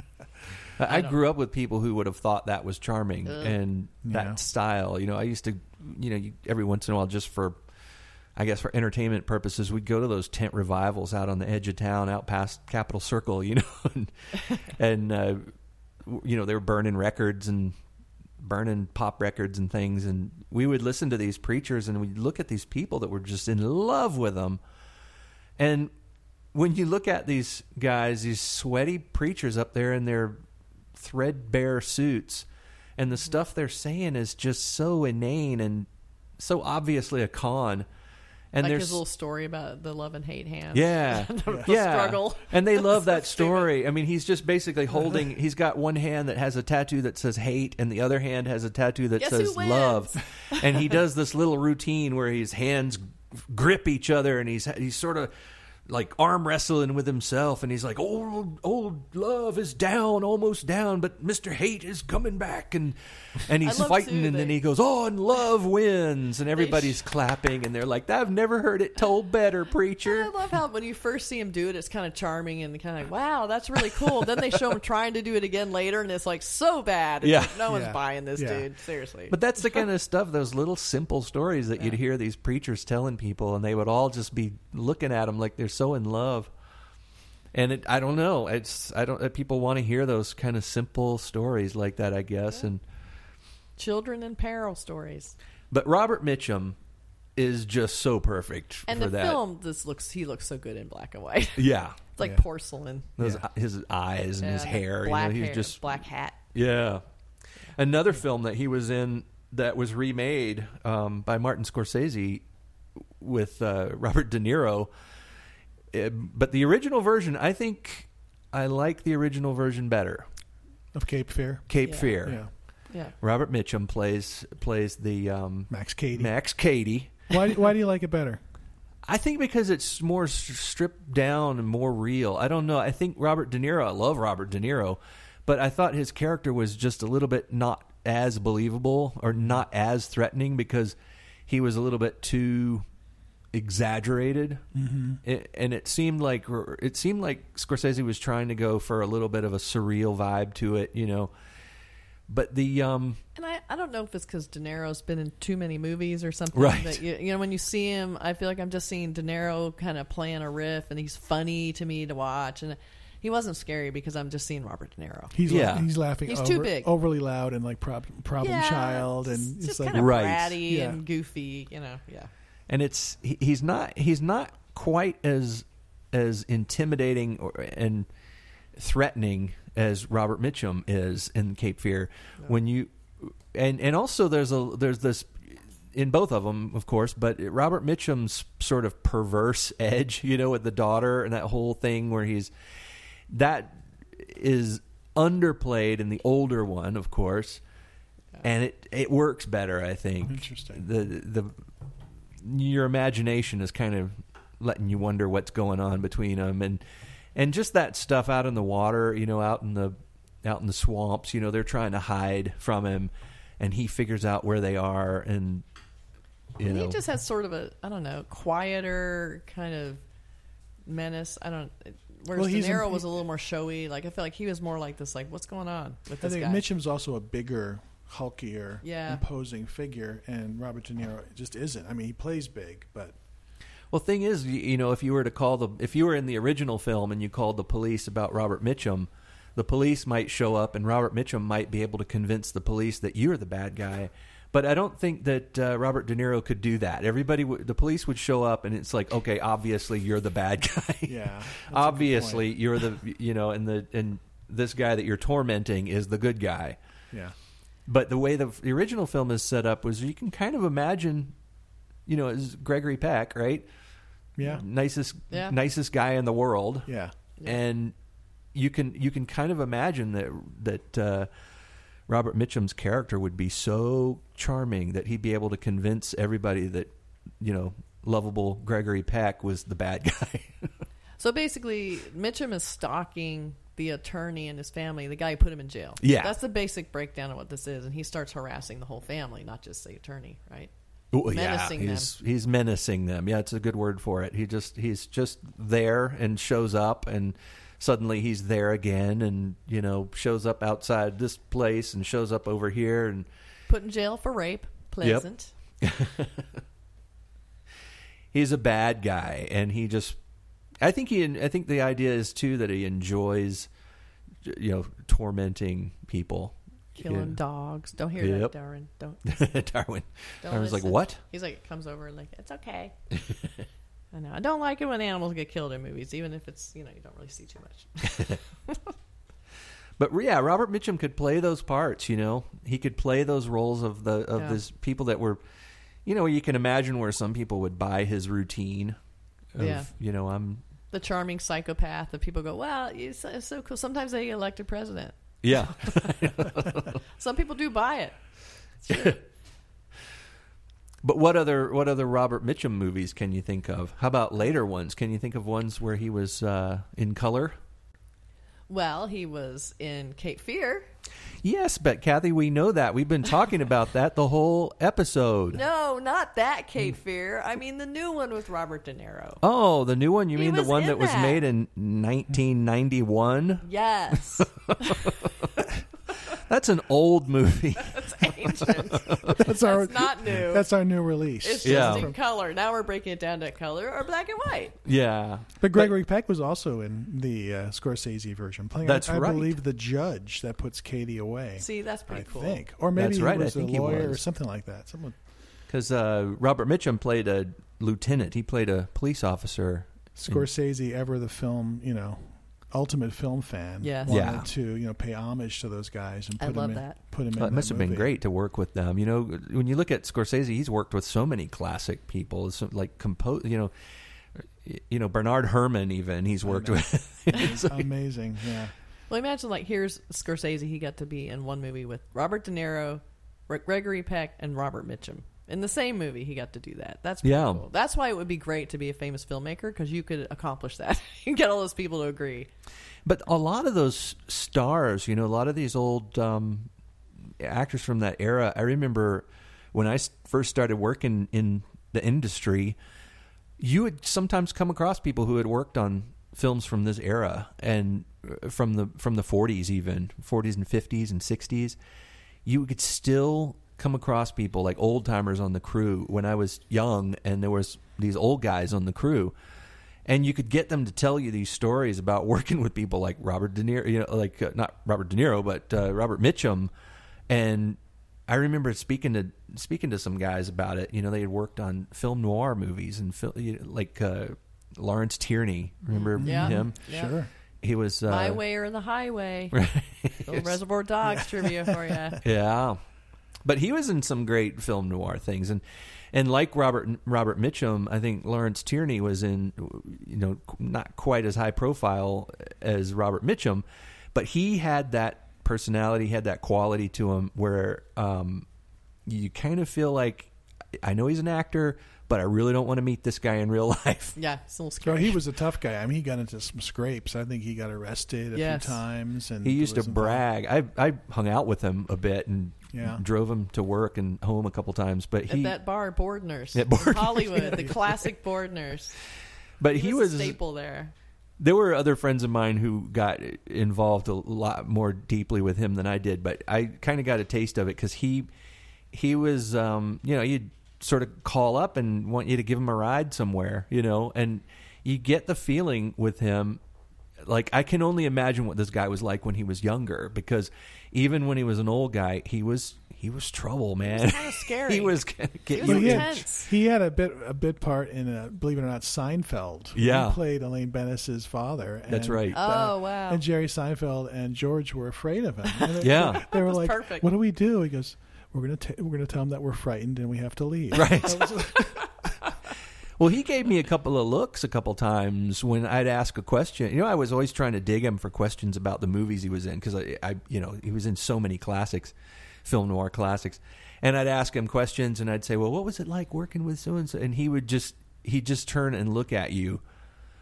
Speaker 1: I, I
Speaker 2: I don't-
Speaker 1: grew up with people who would have thought that was charming
Speaker 2: Ugh.
Speaker 1: and that
Speaker 3: Yeah.
Speaker 1: style. You know, I used to, you know, you, every once in a while, just for, I guess, for entertainment purposes, we'd go to those tent revivals out on the edge of town, out past Capitol Circle, you know, (laughs) and, and uh, w- you know, they were burning records and burning pop records and things. And we would listen to these preachers and we'd look at these people that were just in love with them. And when you look at these guys, these sweaty preachers up there in their threadbare suits, and the stuff they're saying is just so inane and so obviously a con. (laughs) And
Speaker 2: like
Speaker 1: there's
Speaker 2: his little story about the love and hate hand.
Speaker 1: yeah,
Speaker 2: (laughs) the
Speaker 1: yeah.
Speaker 2: struggle.
Speaker 1: And
Speaker 2: (laughs)
Speaker 1: they love that
Speaker 2: stupid.
Speaker 1: story. I mean, he's just
Speaker 2: (laughs)
Speaker 1: basically holding. He's got one hand that has a tattoo that says hate, and the other hand has a tattoo that
Speaker 2: Guess who
Speaker 1: says
Speaker 2: wins?
Speaker 1: love.
Speaker 2: (laughs)
Speaker 1: And he does this little routine where his hands grip each other, and he's he's sort of like arm wrestling with himself, and he's like, "Old old love is down, almost down, but Mister Hate is coming back," and and he's
Speaker 2: love,
Speaker 1: fighting,
Speaker 2: too,
Speaker 1: and then
Speaker 2: they-
Speaker 1: he goes, "Oh, and love wins," and everybody's clapping, and they're like, "I've never heard it told better, preacher."
Speaker 2: I love how when you first see him do it, it's kind of charming and kind of like, wow, that's really cool. then they show him trying to do it again later, and it's like so bad. It's
Speaker 1: Yeah.
Speaker 2: like, no one's
Speaker 3: Yeah.
Speaker 2: buying this
Speaker 3: Yeah.
Speaker 2: dude. Seriously,
Speaker 1: But
Speaker 2: (laughs)
Speaker 1: that's the kind of stuff, those little simple stories that you'd hear these preachers telling people, and they would all just be looking at them like they're so in love. And it, I don't know. It's I don't. uh, People want to hear those kind of simple stories like that, I guess. And
Speaker 2: children in peril stories.
Speaker 1: but Robert Mitchum is just so perfect
Speaker 2: And
Speaker 1: for
Speaker 2: the
Speaker 1: that.
Speaker 2: film, this looks he looks so good in black and white. (laughs)
Speaker 1: Yeah,
Speaker 2: It's like
Speaker 3: Yeah.
Speaker 2: porcelain.
Speaker 1: those e, his eyes and his
Speaker 2: Yeah,
Speaker 1: hair.
Speaker 2: Uh, black
Speaker 1: you know, he's
Speaker 2: hair,
Speaker 1: just
Speaker 2: black hat.
Speaker 1: Yeah. Another film that he was in that was remade um, by Martin Scorsese with uh, Robert De Niro. Uh, but the original version, I think I like the original version better.
Speaker 3: of Cape Fear.
Speaker 1: Cape
Speaker 2: Yeah.
Speaker 1: Fear.
Speaker 3: Yeah,
Speaker 2: Yeah,
Speaker 1: Robert Mitchum plays plays the um,
Speaker 3: Max Cady.
Speaker 1: Max Cady.
Speaker 3: Why? Why do you like it better?
Speaker 1: I think because it's more s- stripped down and more real. I don't know. I think Robert De Niro. I love Robert De Niro, but I thought his character was just a little bit not as believable or not as threatening because he was a little bit too exaggerated, it, and it seemed like it seemed like Scorsese was trying to go for a little bit of a surreal vibe to it, you know. But the um,
Speaker 2: and I, I don't know if it's because De Niro's been in too many movies or something.
Speaker 1: Right.
Speaker 2: That you, you know, when you see him, I feel like I'm just seeing De Niro kind of playing a riff, and he's funny to me to watch. And he wasn't scary because I'm just seeing Robert De Niro.
Speaker 3: He's
Speaker 1: Yeah.
Speaker 3: la- he's laughing.
Speaker 2: He's
Speaker 3: over,
Speaker 2: too big.
Speaker 3: overly loud, and like prob- problem child, and
Speaker 2: just,
Speaker 3: it's
Speaker 2: just
Speaker 3: like
Speaker 2: kind of
Speaker 1: Right.
Speaker 2: bratty
Speaker 3: Yeah.
Speaker 2: and goofy, you know. Yeah,
Speaker 1: and it's he, he's not he's not quite as as intimidating or and threatening as Robert Mitchum is in Cape Fear when you and and also there's a there's this in both of them of course but Robert Mitchum's sort of perverse edge you know with the daughter and that whole thing where he's that is underplayed in the older one of course and it it works better. I think.
Speaker 3: Interesting.
Speaker 1: The the your imagination is kind of letting you wonder what's going on between them, and and just that stuff out in the water. You know, out in the out in the swamps. You know, they're trying to hide from him, and he figures out where they are, and you
Speaker 2: And
Speaker 1: know,
Speaker 2: he just has sort of a I don't know quieter kind of menace. I don't. Whereas
Speaker 3: Well,
Speaker 2: De
Speaker 3: he's a-
Speaker 2: Niro was a little more showy. Like I feel like he was more like this. Like what's going on with
Speaker 3: I
Speaker 2: this
Speaker 3: think
Speaker 2: guy?
Speaker 3: Mitchum's also a bigger, hulkier,
Speaker 2: Yeah.
Speaker 3: imposing figure, and Robert De Niro just isn't. I mean, he plays big, but
Speaker 1: Well, thing is, you, you know, if you were to call the if you were in the original film and you called the police about Robert Mitchum, the police might show up and Robert Mitchum might be able to convince the police that you're the bad guy. But I don't think that uh, Robert De Niro could do that. Everybody, w- the police would show up, and it's like, okay, obviously you're the bad (laughs) guy.
Speaker 3: Yeah, that's a good
Speaker 1: obviously you're the you know, and the and this guy that you're tormenting is the good guy.
Speaker 3: yeah,
Speaker 1: But the way the, the original film is set up was you can kind of imagine, you know, is Gregory Peck, right?
Speaker 3: yeah,
Speaker 1: nicest
Speaker 2: Yeah.
Speaker 1: nicest guy in the world
Speaker 3: yeah.
Speaker 1: and you can you can kind of imagine that that uh, Robert Mitchum's character would be so charming that he'd be able to convince everybody that you know lovable Gregory Peck was the bad (laughs) guy
Speaker 2: So basically, Mitchum is stalking the attorney and his family, the guy who put him in jail.
Speaker 1: Yeah.
Speaker 2: that's the basic breakdown of what this is. And he starts harassing the whole family, not just the attorney, right?
Speaker 1: Oh,
Speaker 2: Menacing them.
Speaker 1: he's he's menacing them. Yeah, it's a good word for it. He just he's just there and shows up, and suddenly he's there again, and you know shows up outside this place and shows up over here, and
Speaker 2: Put in jail for rape. Pleasant.
Speaker 1: he's a bad guy and he just i think he i think the idea is too that he enjoys you know tormenting people
Speaker 2: Killing
Speaker 1: Yeah.
Speaker 2: dogs. Don't hear
Speaker 1: Yep.
Speaker 2: that, Darren. Don't.
Speaker 1: (laughs) darwin
Speaker 2: don't
Speaker 1: i was like
Speaker 2: listen.
Speaker 1: what
Speaker 2: He's like, comes over and like, it's okay.
Speaker 1: (laughs)
Speaker 2: I know. I don't like it when animals get killed in movies, even if it's you know you don't really see too
Speaker 1: (laughs)
Speaker 2: much.
Speaker 1: but yeah robert mitchum could play those parts you know he could play those roles of the of
Speaker 2: Yeah.
Speaker 1: this people that were you know you can imagine where some people would buy his routine of
Speaker 2: Yeah.
Speaker 1: you know i'm
Speaker 2: the charming psychopath that people go, wow, it's, so- it's so cool. Sometimes they get elected president.
Speaker 1: yeah (laughs)
Speaker 2: Some people do buy it.
Speaker 1: but what other what other robert mitchum movies can you think of how about later ones can you think of ones where he was uh, in color
Speaker 2: Well, he was in Cape Fear.
Speaker 1: Yes, but Kathy, we know that. We've been talking about that the whole episode.
Speaker 2: No, not that Cape Fear. I mean the new one with Robert De Niro.
Speaker 1: Oh, the new one? You
Speaker 2: He
Speaker 1: mean the
Speaker 2: was
Speaker 1: one
Speaker 2: in
Speaker 1: that was
Speaker 2: that.
Speaker 1: made in 1991?
Speaker 2: Yes,
Speaker 1: That's an old movie.
Speaker 2: that's ancient.
Speaker 3: That's our
Speaker 2: It's not new.
Speaker 3: that's our new release.
Speaker 2: it's just
Speaker 1: Yeah.
Speaker 2: in color. Now we're breaking it down to color or black and white.
Speaker 1: yeah.
Speaker 3: but Gregory Peck was also in the uh, Scorsese version, playing.
Speaker 1: That's
Speaker 3: I,
Speaker 1: right.
Speaker 3: believe the judge that puts Katie away.
Speaker 2: See, that's
Speaker 3: I
Speaker 2: pretty cool.
Speaker 3: think, or maybe
Speaker 1: That's
Speaker 3: he
Speaker 1: right, I
Speaker 3: was
Speaker 1: think
Speaker 3: a
Speaker 1: he
Speaker 3: lawyer or
Speaker 1: was.
Speaker 3: something like that. Someone
Speaker 1: Because uh, Robert Mitchum played a lieutenant, he played a police officer.
Speaker 3: Scorsese, ever the film, you know, ultimate film fan,
Speaker 2: Yes.
Speaker 3: wanted
Speaker 1: Yeah.
Speaker 3: to you know pay homage to those guys and
Speaker 2: I
Speaker 3: put him
Speaker 2: love
Speaker 3: in,
Speaker 2: that.
Speaker 3: put him in.
Speaker 1: Well, it
Speaker 3: that
Speaker 1: must have been
Speaker 3: movie.
Speaker 1: great (laughs) to work with them. You know, when you look at Scorsese, he's worked with so many classic people, so, like compose. You know, you know Bernard Herman. Even he's
Speaker 3: I
Speaker 1: worked
Speaker 3: know.
Speaker 1: with. (laughs) It's like-
Speaker 3: Amazing, yeah.
Speaker 2: Well, imagine like here's Scorsese. He got to be in one movie with Robert De Niro, Re- Gregory Peck, and Robert Mitchum in the same movie. He got to do that. That's pretty
Speaker 1: Yeah.
Speaker 2: cool. That's why it would be great to be a famous filmmaker because you could accomplish that. (laughs) you get all those people to agree.
Speaker 1: But a lot of those stars, you know, a lot of these old um, actors from that era. I remember when I s- first started working in the industry, you would sometimes come across people who had worked on films from this era and uh, from the from the 40s even 40s and 50s and 60s you could still come across people like old timers on the crew when i was young and there was these old guys on the crew and you could get them to tell you these stories about (laughs) working with people like Robert De Niro, you know, like uh, not Robert De Niro, but uh, Robert Mitchum. And I remember speaking to speaking to some guys about it. You know, they had worked on film noir movies and fil- you know, like uh, Lawrence Tierney. Remember
Speaker 2: Mm-hmm. Yeah.
Speaker 1: him?
Speaker 2: Yeah.
Speaker 3: Sure.
Speaker 1: He was uh, (laughs)
Speaker 2: My way or the highway. Little Reservoir Dogs trivia for you.
Speaker 1: Yeah, but he was in some great film noir things, and and like Robert Robert Mitchum, I think Lawrence Tierney was in, you know, not quite as high profile as Robert Mitchum, but he had that personality, he had that quality to him where um, you kind of feel like I know he's an actor, but I really don't want to meet this guy in real (laughs) life.
Speaker 2: (laughs) Yeah, it's a little
Speaker 3: No,
Speaker 2: scary.
Speaker 3: he was a tough guy. I mean, he got into some scrapes. I think he got arrested a
Speaker 2: Yes.
Speaker 3: few times, and
Speaker 1: He used to
Speaker 3: was
Speaker 1: brag.
Speaker 3: involved-
Speaker 1: I I hung out with him a bit and
Speaker 3: Yeah.
Speaker 1: drove him to work and home a couple times, but
Speaker 2: At
Speaker 1: he
Speaker 2: that bar, board nurse.
Speaker 1: At board
Speaker 2: in Hollywood, the classic board nurse.
Speaker 1: but (laughs)
Speaker 2: He,
Speaker 1: he
Speaker 2: was,
Speaker 1: was
Speaker 2: a staple there.
Speaker 1: there were other friends of mine who got involved a lot more deeply with him than I did, but I kind of got a taste of it because he he was um, you know you'd sort of call up and want you to give him a ride somewhere, you know, and you get the feeling with him. Like I can only imagine what this guy was like when he was younger, because even when he was an old guy, he was he was trouble, man. He was
Speaker 2: kinda
Speaker 1: (laughs)
Speaker 2: scary.
Speaker 1: he was gonna get
Speaker 2: was
Speaker 1: you.
Speaker 3: Well, he, had,
Speaker 2: intense.
Speaker 3: he had a bit a bit part in uh believe it or not Seinfeld.
Speaker 1: Yeah.
Speaker 3: he played Elaine Bennis's father. And, uh,
Speaker 1: That's right.
Speaker 2: Oh, wow.
Speaker 3: And Jerry Seinfeld and George were afraid of him. And they-
Speaker 1: Yeah.
Speaker 3: they were
Speaker 2: was
Speaker 3: like,
Speaker 2: perfect.
Speaker 3: "What do we do?" He goes, "We're gonna ta- we're gonna tell them that we're frightened and we have to (laughs) leave."
Speaker 1: Right. well, he gave me a couple of looks a couple times when I'd ask a question. You know, I was always trying to dig him for questions about the movies he was in because I, I, you know, he was in so many classics, film noir classics, and I'd ask him questions and I'd say, "Well, what was it like working with so and so?" And he would just he would just turn and look at you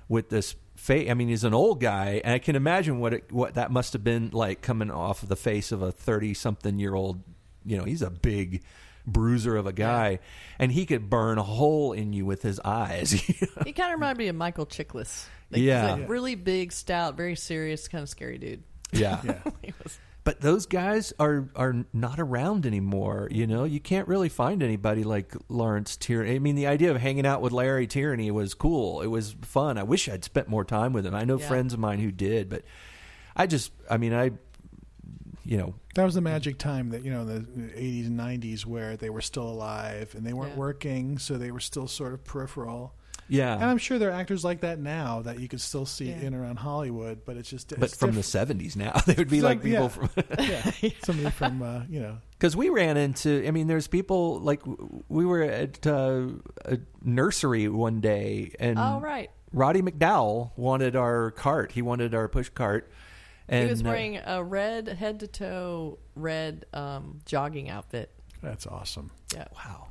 Speaker 1: with this face. I mean, he's an old guy, and I can imagine what it, what that must have been like coming off of the face of a thirty something year old. You know, he's a big bruiser of a guy, and he could burn a hole in you with his eyes. (laughs)
Speaker 2: He kind of reminded me of Michael Chiklis.
Speaker 1: Yeah.
Speaker 2: he's a really big, stout, very serious, kind of scary dude. (laughs)
Speaker 1: yeah.
Speaker 3: Yeah.
Speaker 2: He was-
Speaker 1: but those guys are are not around anymore. You know, you can't really find anybody like Lawrence Tierney. I mean, the idea of hanging out with Larry Tierney was cool. It was fun. I wish I'd spent more time with him. I know
Speaker 2: Yeah.
Speaker 1: friends of mine who did, but I just, I mean, I, you know,
Speaker 3: That was the magic time that you know the '80s and '90s where they were still alive and they weren't
Speaker 2: Yeah.
Speaker 3: working, so they were still sort of peripheral.
Speaker 1: yeah.
Speaker 3: And I'm sure there are actors like that now that you could still see
Speaker 2: Yeah.
Speaker 3: in around Hollywood, but it's just
Speaker 1: but
Speaker 3: it's
Speaker 1: from
Speaker 3: diff-
Speaker 1: the seventies now, (laughs) they would be like people
Speaker 3: yeah.
Speaker 1: from (laughs)
Speaker 3: yeah, somebody from uh, you know
Speaker 1: because we ran into. I mean, there's people like w- we were at uh, a nursery one day, and
Speaker 2: oh, right.
Speaker 1: Roddy McDowell wanted our cart. He wanted our push cart. And
Speaker 2: He was
Speaker 1: uh,
Speaker 2: wearing a red, head to toe red um, jogging outfit.
Speaker 3: that's awesome.
Speaker 2: Yeah.
Speaker 1: wow.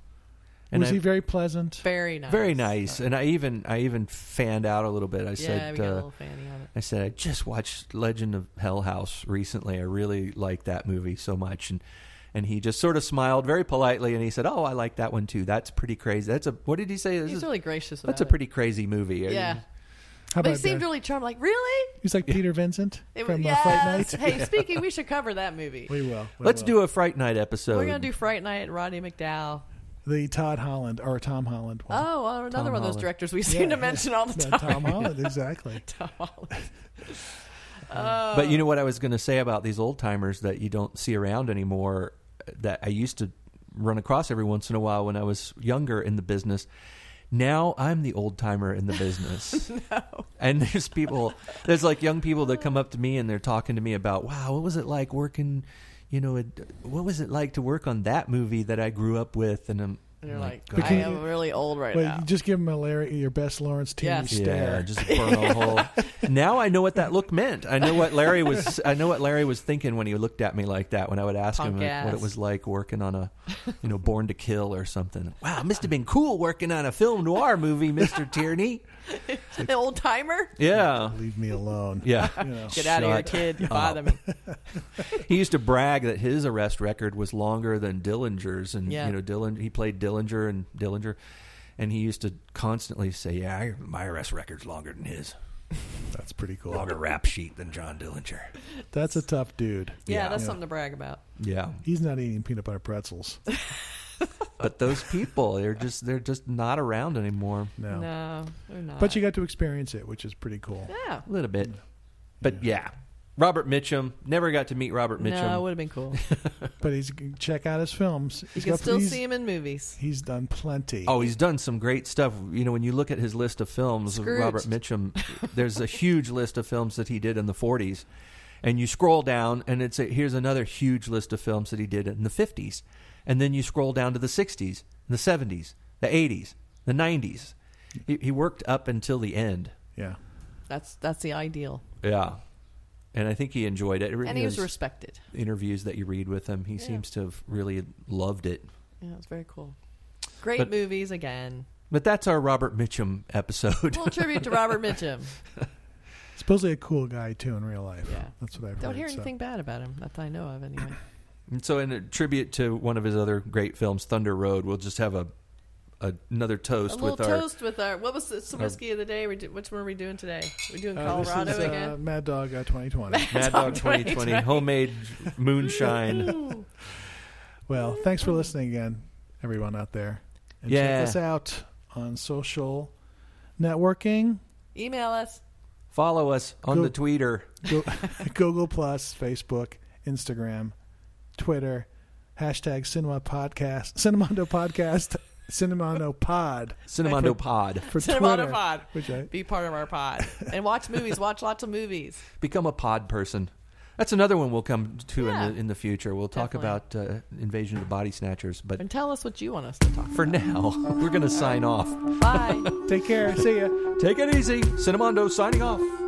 Speaker 1: And
Speaker 3: was
Speaker 1: I-
Speaker 3: he very pleasant?
Speaker 2: Very nice.
Speaker 1: very nice. And I even I even fanned out a little bit. I
Speaker 2: Yeah, we
Speaker 1: said
Speaker 2: got a
Speaker 1: uh,
Speaker 2: little fanny on it.
Speaker 1: I said I just watched Legend of Hell House recently. I really liked that movie so much and and he just sort of smiled very politely and he said, "Oh, I like that one too. That's pretty crazy. That's a what did he say? This
Speaker 2: He's
Speaker 1: is-
Speaker 2: really gracious about
Speaker 1: that's a
Speaker 2: it.
Speaker 1: pretty crazy movie." I
Speaker 2: Yeah.
Speaker 1: mean,
Speaker 3: How
Speaker 2: But he
Speaker 3: about
Speaker 2: seemed
Speaker 3: that?
Speaker 2: really charmed. Like, really?
Speaker 3: He's like Peter Vincent
Speaker 2: It was,
Speaker 3: from
Speaker 2: yes.
Speaker 3: uh, Fight Night. (laughs)
Speaker 2: Hey, speaking, we should cover that movie.
Speaker 3: We will. we
Speaker 1: Let's
Speaker 3: will.
Speaker 1: do a Fright Night episode.
Speaker 2: We're going to do Fright Night and Roddy McDowell.
Speaker 3: the Todd Holland or Tom Holland one.
Speaker 2: Oh, well, another
Speaker 1: Tom
Speaker 2: one of those
Speaker 1: Holland.
Speaker 2: directors we
Speaker 3: Yeah,
Speaker 2: seem to
Speaker 3: yeah.
Speaker 2: mention all the
Speaker 3: No,
Speaker 2: time.
Speaker 3: Tom Holland, exactly.
Speaker 2: (laughs) Tom Holland.
Speaker 3: (laughs)
Speaker 2: Oh,
Speaker 1: But you know what I was going to say about these old timers that you don't see around anymore that I used to run across every once in a while when I was younger in the business. Now I'm the old timer in the
Speaker 2: (laughs)
Speaker 1: business. And there's people, there's like young people that come up to me and they're talking to me about, wow, what was it like working, you know, it, what was it like to work on that movie that I grew up with? And I'm
Speaker 3: oh
Speaker 2: And you're
Speaker 1: I'm
Speaker 2: like,
Speaker 1: "God."
Speaker 2: I am really old right
Speaker 3: But
Speaker 2: now.
Speaker 3: you just give him a Larry, your best Lawrence Tierney
Speaker 2: Yes.
Speaker 3: stare.
Speaker 1: Yeah, just burn a (laughs) hole. Now I know what that look meant. I know what Larry was. I know what Larry was thinking when he looked at me like that. When I would ask him
Speaker 2: Punk
Speaker 1: like, what it
Speaker 2: ass.
Speaker 1: was like working on
Speaker 2: (laughs)
Speaker 1: a, you know, Born to Kill or something. Wow, must have been cool working on a film noir movie, Mister Tierney.
Speaker 2: the (laughs) old timer?
Speaker 1: (laughs) Yeah,
Speaker 3: Leave me alone.
Speaker 1: yeah.
Speaker 3: You know.
Speaker 2: Get out of here,
Speaker 1: Shut
Speaker 2: kid. You
Speaker 1: up.
Speaker 2: bother
Speaker 3: (laughs)
Speaker 2: me.
Speaker 1: He used to brag that his arrest record was longer than Dillinger's, and
Speaker 2: Yeah.
Speaker 1: you know, Dillinger. He played Dillinger and Dillinger, and he used to constantly say, "Yeah, I, my arrest record's longer than his.
Speaker 3: That's pretty cool.
Speaker 1: Longer rap sheet than John Dillinger."
Speaker 3: That's a tough dude.
Speaker 2: Yeah,
Speaker 1: Yeah.
Speaker 2: that's
Speaker 3: Yeah.
Speaker 2: something to brag about.
Speaker 1: Yeah.
Speaker 3: He's not eating peanut butter pretzels.
Speaker 2: (laughs)
Speaker 1: but those people they're just they're just not around anymore
Speaker 3: No.
Speaker 2: No, they're not.
Speaker 3: But you got to experience it, which is pretty cool.
Speaker 2: yeah.
Speaker 1: a little bit but yeah robert mitchum never got to meet robert mitchum
Speaker 2: No, it would have been
Speaker 3: (laughs)
Speaker 2: cool.
Speaker 3: But he's check out his films.
Speaker 2: You
Speaker 3: He's
Speaker 2: can
Speaker 3: got-
Speaker 2: still
Speaker 3: he's-
Speaker 2: see him in movies.
Speaker 3: He's done plenty.
Speaker 1: oh he's done some great stuff you know when you look at his list of films of
Speaker 2: Scrooged.
Speaker 1: robert mitchum there's a huge list of films that he did in the 40s and you scroll down and it's a, here's another huge list of films that he did in the 50s and then you scroll down to the 60s the 70s the 80s the 90s he, he worked up until the end
Speaker 3: Yeah.
Speaker 2: That's that's the ideal.
Speaker 1: yeah and I think he enjoyed it.
Speaker 2: and he was
Speaker 1: His
Speaker 2: respected.
Speaker 1: interviews that you read with him, he
Speaker 2: Yeah.
Speaker 1: seems to have really loved it.
Speaker 2: Yeah, it was very cool. Great
Speaker 1: But-
Speaker 2: movies
Speaker 3: (laughs)
Speaker 2: again.
Speaker 1: But that's our Robert Mitchum episode.
Speaker 2: Little tribute to Robert Mitchum.
Speaker 3: Supposedly a cool guy too in real life.
Speaker 2: Yeah.
Speaker 3: That's what I've
Speaker 2: Don't
Speaker 3: heard.
Speaker 2: hear
Speaker 3: so-
Speaker 2: anything bad about him that I know of, anyway.
Speaker 1: (laughs) And so, in a tribute to one of his other great films, Thunder Road, we'll just have a, a another
Speaker 2: a
Speaker 1: toast
Speaker 2: little
Speaker 1: with
Speaker 2: toast (laughs) with our. What was the some whiskey of the day? We do, which one are we doing today? We're doing
Speaker 3: Uh, this
Speaker 2: Colorado
Speaker 3: is, uh,
Speaker 2: again.
Speaker 3: Mad Dog uh, 2020.
Speaker 1: our Mad Dog 2020
Speaker 2: 2020.
Speaker 1: homemade
Speaker 2: (laughs)
Speaker 1: moonshine.
Speaker 2: Ooh.
Speaker 3: well, thanks for listening again, everyone out there. And
Speaker 1: Yeah.
Speaker 3: check us out on social networking,
Speaker 2: Email us.
Speaker 1: Follow us on
Speaker 3: Go-
Speaker 1: the Twitter.
Speaker 2: (laughs)
Speaker 3: Go- (laughs) Google Plus, Facebook, Instagram, Twitter, hashtag Cinema Podcast, Cinemondo Podcast, Cinemondo Pod
Speaker 2: (laughs)
Speaker 1: Cinemondo Pod.
Speaker 3: for
Speaker 2: Send 'em on
Speaker 3: Twitter.
Speaker 2: a pod.
Speaker 3: Which I,
Speaker 2: Be part of our pod and watch movies. Watch lots of movies.
Speaker 1: Become a pod person. That's another one we'll come to in,
Speaker 2: Yeah.
Speaker 1: the, in the future. We'll talk
Speaker 2: Definitely.
Speaker 1: about uh, Invasion of the Body Snatchers. But
Speaker 2: And tell us what you want us to talk.
Speaker 1: for now, (laughs) we're going to sign off.
Speaker 2: Bye. (laughs)
Speaker 3: take care. See ya.
Speaker 1: Take it easy. Cinemondo signing off.